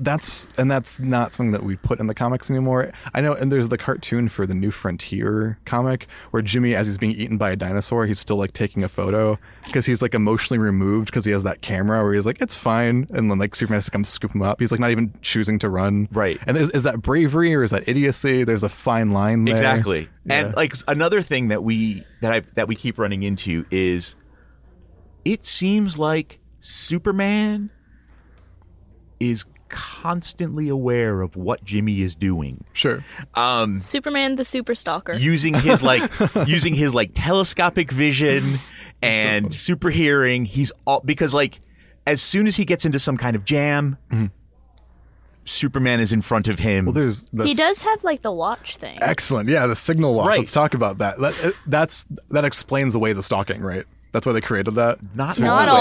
that's and that's not something that we put in the comics anymore. I know, and there's the cartoon for the New Frontier comic where Jimmy, as he's being eaten by a dinosaur, he's still like taking a photo because he's like emotionally removed because he has that camera where he's like, "It's fine," and then like Superman has to come scoop him up. He's like not even choosing to run.
Right.
And is, is that bravery or is that idiocy? There's a fine line there.
Exactly. And like s- another thing that we that I that we keep running into is it seems like Superman is constantly aware of what Jimmy is doing.
Sure.
Superman the Super Stalker.
Using his like using his like telescopic vision and super hearing, he's all because like as soon as he gets into some kind of jam, Superman is in front of
Mm-hmm.
him.
Well, there's the
he does have like the watch thing.
Excellent. Yeah, the signal watch.
Right.
Let's talk about that. that. That's that explains away the stalking, right? That's why they created that.
Not
Small
Not
watch.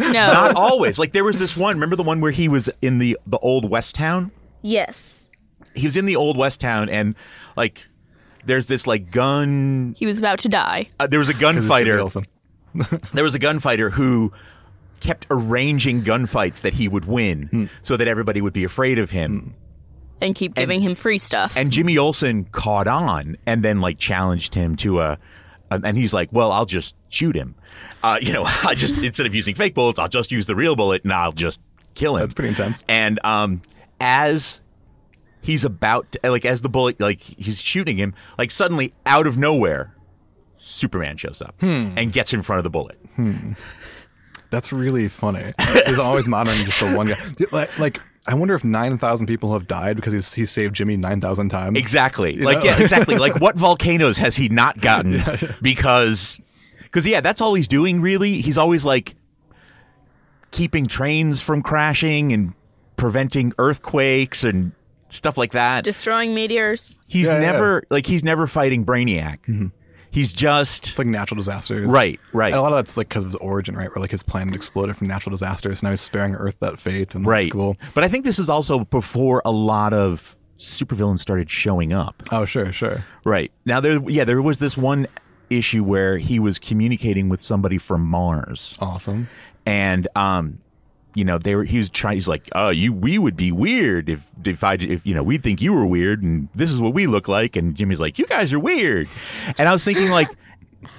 No.
Not always. Like there was this one. Remember the one where he was in the the old West Town.
yes.
He was in the old West Town, and like there's this like gun.
He was about to die.
Uh, there was a
'Cause it's Jimmy
gunfighter.
Olsen.
There was a gunfighter who kept arranging gunfights that he would win,
Hmm.
so that everybody would be afraid of him.
And keep giving him free stuff.
And Jimmy Olsen caught on, and then like challenged him to a. and- And he's like, "Well, I'll just shoot him. Uh, you know, I just instead of using fake bullets, I'll just use the real bullet, and I'll just kill him."
That's pretty intense.
And um, as he's about, to, like, as the bullet, like, he's shooting him, like, suddenly out of nowhere, Superman shows up
Hmm.
and gets in front of the bullet.
That's really funny. He's always monitoring just the one guy. Dude, Like, like, I wonder if nine thousand people have died because he's he saved Jimmy nine thousand times.
Exactly.
You
like,
know?
yeah, exactly. like, what volcanoes has he not gotten? Because, because, yeah, that's all he's doing, really. He's always like keeping trains from crashing and preventing earthquakes and stuff like that.
Destroying meteors.
he's
Yeah, yeah.
never, like, he's never fighting Brainiac. He's just.
It's like natural disasters.
Right, right.
And a lot of that's like because of his origin, right? Where like his planet exploded from natural disasters, and now he's sparing Earth that fate, and
Right.
that's cool.
But I think this is also before a lot of supervillains started showing up.
Oh, sure, sure.
Right. Now there yeah, there was this one issue where he was communicating with somebody from Mars
Awesome.
and um you know, they were he was trying he's like, "Oh, you we would be weird if if I if you know, we'd think you were weird and this is what we look like." And Jimmy's like, "You guys are weird." And I was thinking like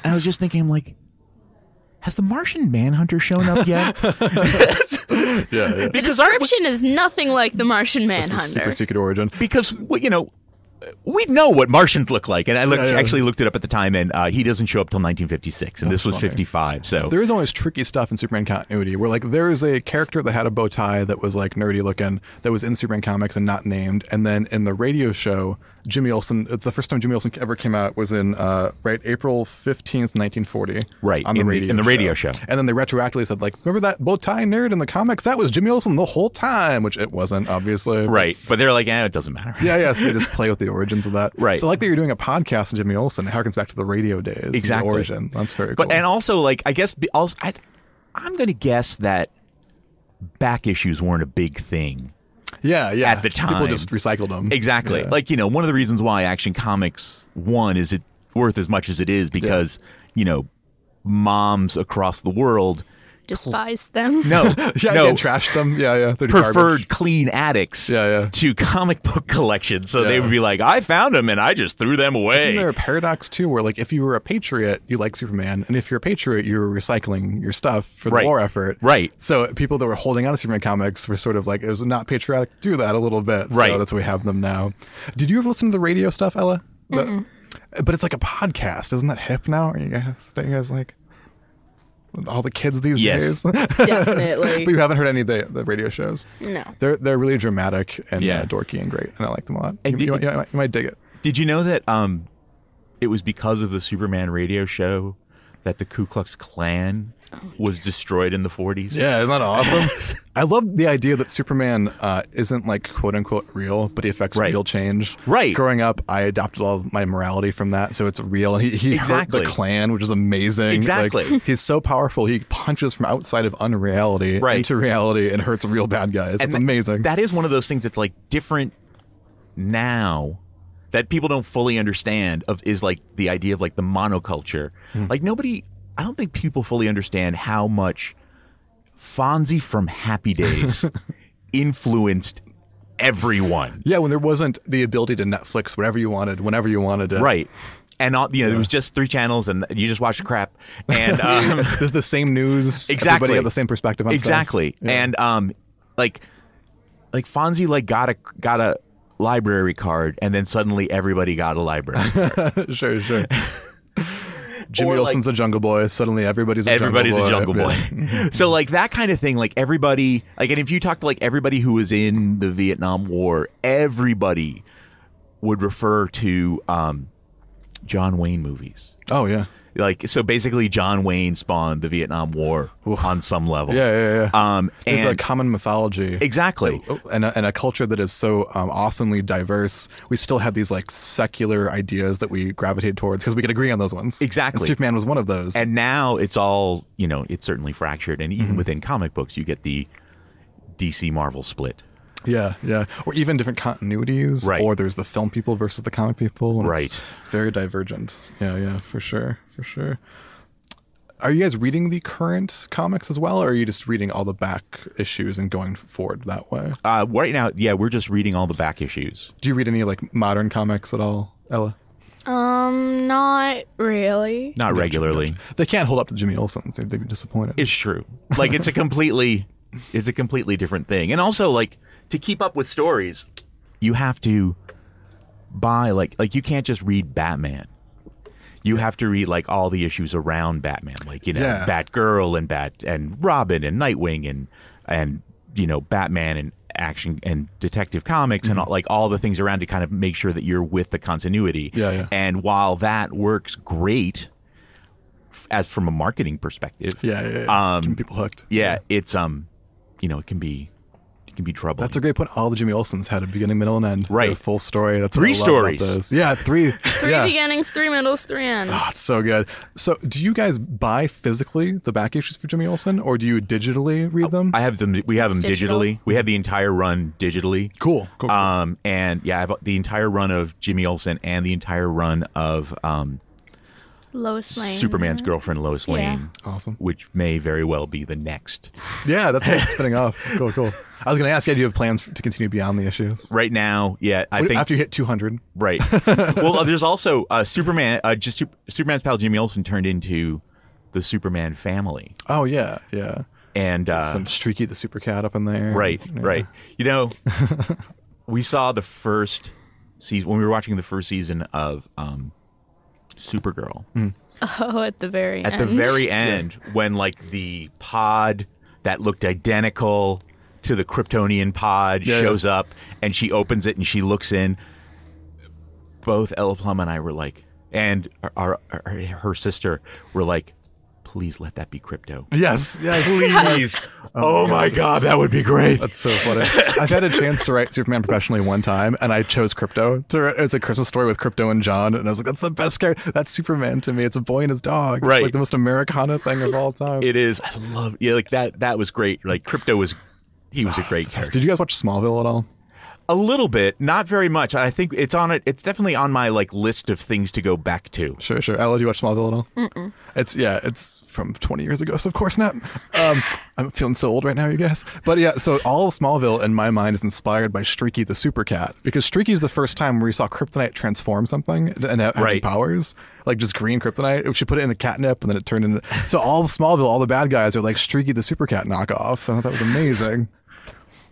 and I was just thinking like has the Martian Manhunter shown up yet?
Yeah, yeah.
The
Because our-
description is nothing like the Martian
It's a super
Manhunter.
secret origin.
because w- you know we know what Martians look like, and I looked,
Yeah, yeah.
actually looked it up at the time, and uh, he doesn't show up till 1956, and this was
funny.
55. So
There is always tricky stuff in Superman continuity where like there is a character that had a bow tie that was like nerdy looking that was in Superman comics and not named, and then in the radio show, Jimmy Olsen. The first time Jimmy Olsen ever came out was in uh, right April fifteenth, nineteen forty.
Right,
on the
in the-
radio
in the radio show.
and then they retroactively said like, remember that bow tie nerd in the comics? That was Jimmy Olsen the whole time, which it wasn't obviously.
right, but they're like, eh, it doesn't matter.
Yeah, yeah. So they just play with the origins of that.
Right.
So I like that you're doing a podcast on Jimmy Olsen. It harkens back to the radio days. the
Exactly.
origin. That's very
But
cool.
and also like I guess be- also I, I'm going to guess that back issues weren't a big thing
yeah, yeah.
at the
people
time.
just recycled them.
Exactly.
Yeah.
Like, you know, one of the reasons why Action Comics 1 is it worth as much as it is because, you know, moms across the world
Despise them.
no
Yeah,
no
again, trash them. Yeah, yeah. They're
preferred
garbage.
clean addicts
Yeah, yeah.
to comic book collections. So they
Yeah.
would be like, I found them and I just threw them away.
Isn't there a paradox too, where like if you were a patriot, you like Superman, and if you're a patriot, you're recycling your stuff for the
Right.
war effort.
Right.
So people that were holding on to Superman comics were sort of like, it was not patriotic. to Do that a little bit.
Right.
So that's why we have them now. Did you ever listen to the radio stuff, Ella? The- But it's like a podcast. Isn't that hip now? Are you guys? Don't you guys like? with All the kids these
Yes.
days, but
Definitely.
you haven't heard any of the, the radio shows.
No.
They're they're really dramatic and
Yeah.
uh, dorky and great, and I like them a lot.
And
You-
did-
you- you might- you might dig it.
Did you know that um, it was because of the Superman radio show that the Ku Klux Klan was destroyed in the 40s?
Yeah, isn't that awesome? I love the idea that Superman uh, isn't like quote unquote real, but he affects
Right.
real change.
Right.
Growing up, I adopted all of my morality from that, so it's real. And he, he
Exactly.
hurt the Klan, which is amazing. Like,
Exactly.
he's so powerful. He punches from outside of unreality
Right.
into reality and hurts real bad guys. It's
tha-
amazing.
That is one of those things that's like different now that people don't fully understand of is like the idea of like the monoculture.
Hmm.
Like nobody I don't think people fully understand how much Fonzie from Happy Days influenced everyone.
Yeah, when there wasn't the ability to Netflix whatever you wanted, whenever you wanted it.
Right. And all, you know, there was just three channels, and you just watched crap. And um,
This is the same news.
Exactly.
Everybody had the same perspective on stuff.
exactly. And um, like, like Fonzie like got a got a library card, and then suddenly everybody got a library.
sure, sure. Jimmy
Or, like-
Olsen's a jungle boy. Suddenly everybody's a
everybody's
jungle boy.
a jungle boy. so like that kind of thing, like everybody, like, and if you talk to like everybody who was in the Vietnam War, everybody would refer to um, John Wayne movies.
Oh yeah.
Like so, basically, John Wayne spawned the Vietnam War on some level.
Yeah, yeah, yeah.
Um,
There's a
and
common mythology.
exactly.
Oh, and a, and a culture that is so um, awesomely diverse, we still have these like secular ideas that we gravitate towards because we could agree on those ones.
Exactly.
And Superman was one of those.
and now it's all you know it's certainly fractured and
Mm-hmm.
even within comic books you get the dc marvel split
yeah, yeah. Or even different continuities.
Right.
Or there's the film people versus the comic people. and it's
Right.
very divergent. Yeah, yeah, for sure, for sure. Are you guys reading the current comics as well, or are you just reading all the back issues and going forward that way?
uh, right now yeah we're just reading all the back issues
Do you read any like modern comics at all, Ella?
Um, not really.
not regularly
They can't hold up to Jimmy Olsen's; they'd they'd be disappointed.
it's true like it's a completely it's a completely different thing and also like to keep up with stories you have to buy like like you can't just read batman you have to read like all the issues around batman like you know
Yeah.
batgirl and bat and robin and nightwing and and you know batman and action and detective comics
Mm-hmm.
and all, like all the things around to kind of make sure that you're with the continuity
Yeah, yeah.
and while that works great f- as from a marketing perspective
Yeah, yeah, yeah.
Um,
Keeping people hooked.
yeah, it's um, you know, it can be, it can be trouble.
That's a great point. All the Jimmy Olsen's had a beginning, middle, and end.
Right.
They're a full story. That's what
Three
I love about
stories.
those. Yeah, three.
Three
yeah.
beginnings, three middles, three ends.
Ah, it's so good. So, do you guys buy physically the back issues for Jimmy Olsen, or do you digitally read them?
I have them. We have them
It's digital.
digitally. We have the entire run digitally.
cool. Cool. cool.
Um, and yeah, I have the entire run of Jimmy Olsen and the entire run of um,
Lois Lane.
Superman's
uh-huh.
girlfriend Lois
Yeah.
Lane,
awesome.
which may very well be the next.
Yeah, that's what it's spinning off. Cool. Cool. I was going to ask you, do you have plans to continue beyond the issues?
Right now, yeah, I think
After you hit 200.
right. well, uh, there's also uh, Superman. Uh, just Sup- Superman's pal Jimmy Olsen turned into the Superman family,
Oh, yeah. Yeah.
and uh,
Some streaky the super cat up in there.
Right,
Yeah.
right. You know, we saw the first season when we were watching the first season of um, Supergirl
Oh, at the very
at
end.
the very end when like the pod that looked identical to the Kryptonian pod
Yeah,
shows up and she opens it and she looks in. Both Ella Plum and I were like, and our, our, our- her sister were like, please let that be crypto.
Yes. Yes. Please.
Please. Oh my God, that would be great.
That's so funny. I've had a chance to write Superman professionally one time, and I chose Crypto. To write, it's a Christmas story with Crypto and John, and I was like, "That's the best character. That's Superman to me. It's a boy and his dog. It's
Right.
like the most Americana thing of all time."
It is. I love. Yeah, like that. That was great. Like crypto was. He
Ah,
was a great character.
Did you guys watch Smallville at all?
A little bit, not very much. I think it's on it. It's definitely on my like list of things to go back to.
Sure, sure. Ella, did you watch Smallville at all? Mm-mm. It's yeah, it's from 20 years ago, so of course not. Um, I'm feeling so old right now, you guys. But yeah, so all of Smallville in my mind is inspired by Streaky the Super Cat because Streaky's the first time where you saw Kryptonite transform something and and have
Right.
powers, like just green Kryptonite. She put it in the catnip, and then it turned into. So all of Smallville, all the bad guys are like Streaky the Super Cat knockoffs. So I thought that was amazing.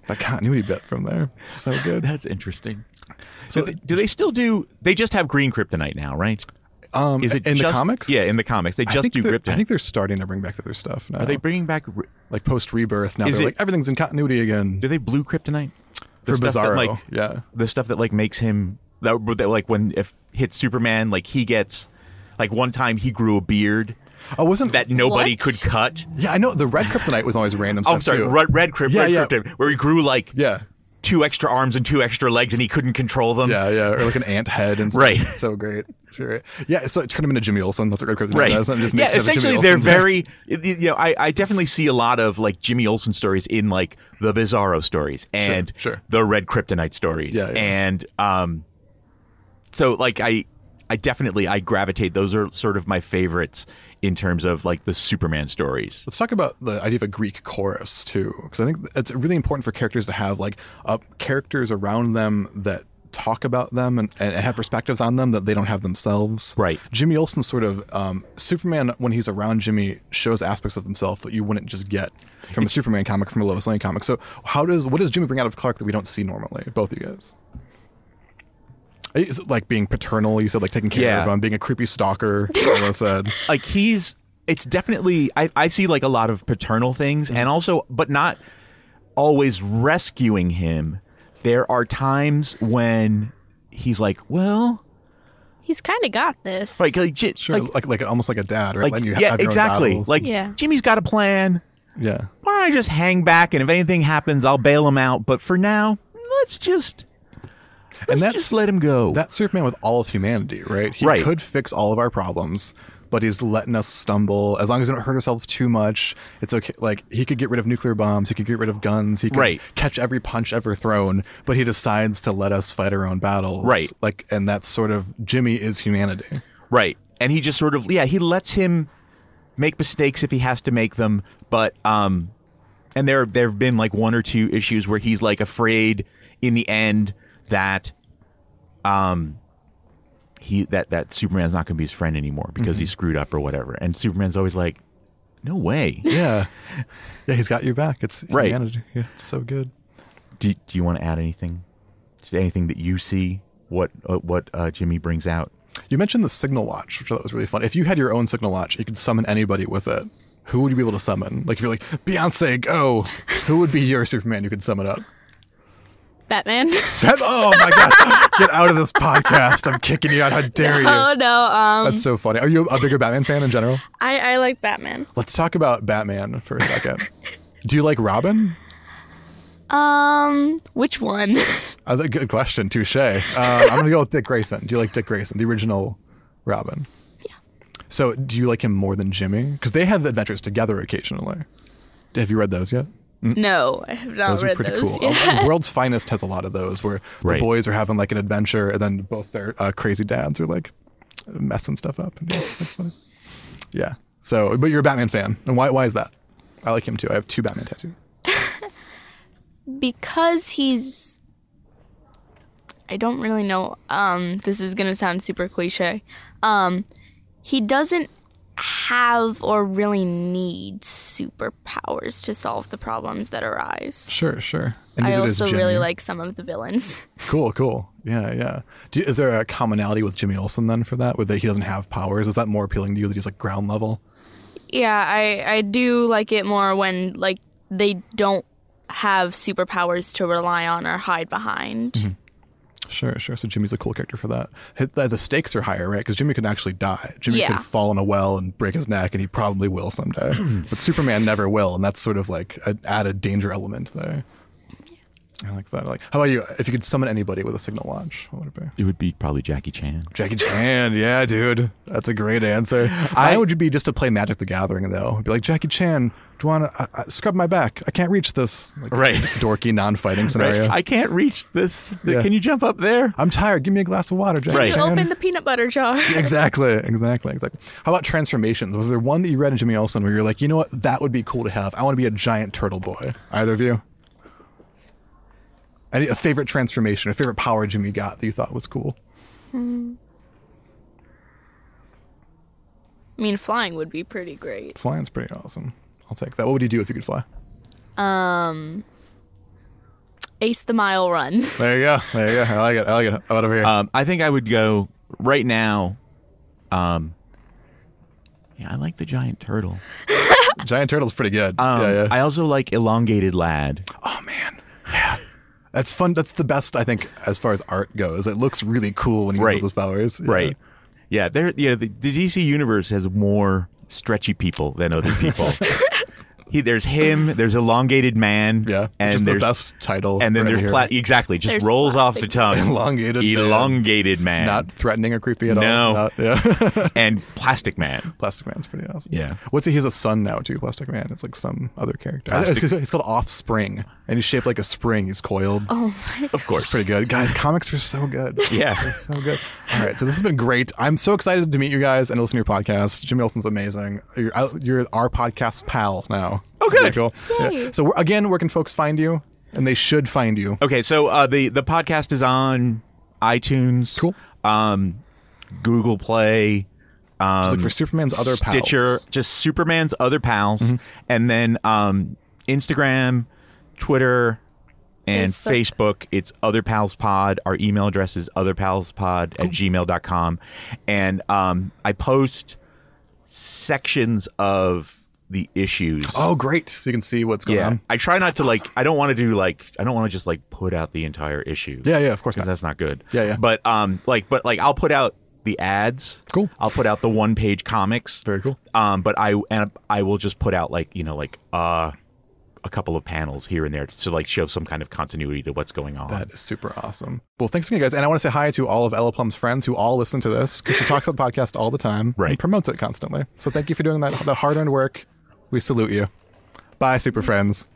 That continuity bit from there, so good.
That's interesting. So do they, do they still do? They just have green kryptonite now, right?
Um,
Is it
in the
just-
comics?
Yeah, in the comics, they
I
just
think
do
they're-
kryptonite.
I think they're starting to bring back the other stuff now.
Are they bringing back? r-
like post rebirth. Now
Is
they're
it-
like everything's in continuity again
Do they blue kryptonite? The
for
stuff that,
Bizarro.
like,
yeah,
the stuff that like makes him that, that like when if hits Superman, like he gets like one time he grew a beard
oh, wasn't
that nobody
What?
could cut.
Yeah, I know the red kryptonite was always random.
Oh,
stuff
I'm sorry,
too.
red, red crypt,
Yeah,
red
yeah.
Cryptid, where he grew like
Yeah,
two extra arms and two extra legs, and he couldn't control them.
yeah, yeah, or like an ant head and stuff.
Right.
It's so great. Sure. Yeah, so it turned him into Jimmy Olsen. That's what red kryptonite
Right.
does. And it just
yeah.
makes him into Jimmy
Essentially, they're
Olsen.
very. it- it- You know, I, I definitely see a lot of like Jimmy Olsen stories in like the Bizarro stories and
sure.
the Red Kryptonite stories,
Yeah, yeah.
and um, so like I, I definitely I gravitate. Those are sort of my favorites in terms of like the Superman stories.
Let's talk about the idea of a Greek chorus too, because I think it's really important for characters to have like uh, characters around them that talk about them and, and have perspectives on them that they don't have themselves.
Right.
Jimmy Olsen sort of um, Superman when he's around Jimmy shows aspects of himself that you wouldn't just get from a Superman comic, from a Lois Lane comic. So how does what does Jimmy bring out of Clark that we don't see normally? Both of you guys. Is it like being paternal? You said like taking care
Yeah.
of him, being a creepy stalker. Lois said.
Like he's it's definitely I, I see like a lot of paternal things and also but not always rescuing him. There are times when he's like, well,
He's kind of got this.
like, like, j-
Sure,
like,
like, like almost like a dad, right?
like,
Letting you ha-
yeah,
have your own
exactly.
battles.
Like,
Yeah.
Jimmy's got a plan.
yeah,
why don't I just hang back and if anything happens, I'll bail him out. But for now, let's just let's
that's-
just let him go.
that's Superman with all of humanity, right? He
Right.
could fix all of our problems, but he's letting us stumble. As long as we don't hurt ourselves too much, it's okay. Like he could get rid of nuclear bombs, he could get rid of guns, he could
Right.
catch every punch ever thrown, but he decides to let us fight our own battles,
Right.
Like, and that's sort of Jimmy is humanity.
right. And he just sort of yeah, he lets him make mistakes if he has to make them, but um and there there have been like one or two issues where he's like afraid in the end that um he that that Superman's not going to be his friend anymore because
Mm-hmm.
he screwed up or whatever. And Superman's always like no way.
Yeah, yeah, he's got your back. It's
Right.
humanity. Yeah, it's so good.
Do, do you want to add anything? Just anything that you see? What uh, what uh, Jimmy brings out?
You mentioned the signal watch, which I thought was really fun. If you had your own signal watch, you could summon anybody with it. Who would you be able to summon? Like if you're like Beyonce, go. Who would be your Superman? You could summon up.
Batman.
That, oh my god! Get out of this podcast! I'm kicking you out. How dare
oh
you?
no. Um,
That's so funny. Are you a bigger Batman fan in general?
I I like Batman.
Let's talk about Batman for a second. Do you like Robin?
Um, which one?
Uh, that- good question. Touche. Uh, I'm gonna go with Dick Grayson. Do you like Dick Grayson, the original Robin? Yeah. So, do you like him more than Jimmy? Because they have adventures together occasionally. Have you read those yet?
no, I have not
Mm. Those
read
are pretty
those.
cool.
Yeah.
Uh, World's Finest has a lot of those where the
Right.
boys are having like an adventure, and then both their uh, crazy dads are like messing stuff up. And, yeah, that's funny. Yeah. So, but you're a Batman fan, and why? Why is that? I like him too. I have two Batman tattoos.
because he's I don't really know. Um this is going to sound super cliche. Um he doesn't have or really need superpowers to solve the problems that arise.
Sure, sure. And
I
neither does
also really
Jimmy.
like some of the villains.
Cool, cool. Yeah, yeah. Do you, is there a commonality with Jimmy Olsen then for that, where that he doesn't have powers? Is that more appealing to you that he's like ground level?
yeah, I I do like it more when like they don't have superpowers to rely on or hide behind.
Mm-hmm. Sure, sure. So Jimmy's a cool character for that. Hi- The, the stakes are higher, right? Because Jimmy could actually die. Jimmy
Yeah.
could fall in a well and break his neck, and he probably will someday. but Superman never will, and that's sort of like an added danger element there. I like that. I Like, how about you? If you could summon anybody with a signal launch, what would it be?
It would be probably Jackie Chan.
Jackie Chan, yeah, dude, that's a great answer. I, would be just to play Magic the Gathering though. Be like Jackie Chan, do you want to uh, scrub my back? I can't reach this. Like,
Right.
just dorky non-fighting scenario.
I can't reach this.
Oh, Yeah.
Can you jump up there?
I, am tired. Give me a glass of water, Jackie
Right.
You
Chan.
open the peanut butter jar.
Exactly, exactly, exactly. How about transformations? Was there one that you read in Jimmy Olsen where you're like, you know what, that would be cool to have? I want to be a giant turtle boy. Either of you? Any, a favorite transformation, a favorite power Jimmy got that you thought was cool?
I mean, flying would be pretty great.
Flying's pretty awesome. I'll take that. What would you do if you could fly?
Ace the mile run.
There you go. There you go. I like it. I like it. How about over here?
Um, I think I would go right now. Um, yeah, I like the giant turtle.
Giant turtle's pretty good.
Um,
yeah, yeah.
I also like elongated lad.
oh man. Yeah. That's fun. That's the best I think as far as art goes. It looks really cool when he
Right.
uses those powers. Yeah.
Right. Yeah, there. Yeah, the, the DC universe has more stretchy people than other people. He, there's him. There's elongated man.
Yeah,
and
which is the
there's
best title.
and then
for
there's
any
flat.
hero.
Exactly, just
There's
rolls off the
plastic
tongue.
Elongated man.
elongated man,
Not threatening or creepy at
No.
all. Not- yeah.
and plastic man.
Plastic Man's pretty awesome.
Yeah.
What's he? He has a son now too. Plastic Man. It's like some other character. I-
Plastic-
it's- He's called Offspring, and he's shaped like a spring. He's coiled.
Oh my
Of course,
Pretty good, guys. Comics are so good.
Yeah.
they're so good. All right, so this has been great. I'm so excited to meet you guys and to listen to your podcast. Jimmy Olsen's amazing. You're, out- you're our podcast pal now.
Oh, good.
Pretty Cool.
Yay.
So we're, again, where can folks find you? And they should find you.
Okay, so uh, the the podcast is on iTunes,
Cool.
um, Google Play, um,
Just look for Superman's other pals. Mm-hmm.
Stitcher, just Superman's other pals, and then um, Instagram, Twitter, and
Facebook.
Facebook. It's other pals pod. Our email address is otherpalspod at gmail.com. and um, I post sections of the issues.
Oh, great! So you can see what's going
Yeah,
on.
I try not to like. I don't want to do like. I don't want to just like put out the entire issue.
Yeah, yeah, of course
because
not.
that's not good.
Yeah, yeah.
But um, like, but like, I'll put out the ads.
Cool.
I'll put out the one page comics.
Very cool.
Um, but I and I will just put out like you know like uh a couple of panels here and there to like show some kind of continuity to what's going on.
That is super awesome. Well, thanks again, guys. And I want to say hi to all of Ella Plum's friends who all listen to this because she talks about the podcast all the time
Right.
and promotes it constantly. So thank you for doing that, that hard earned work. We salute you. Bye, super friends.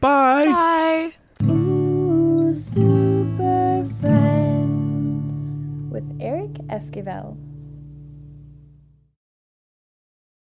Bye.
Bye.
Ooh, super friends with Eric Esquivel.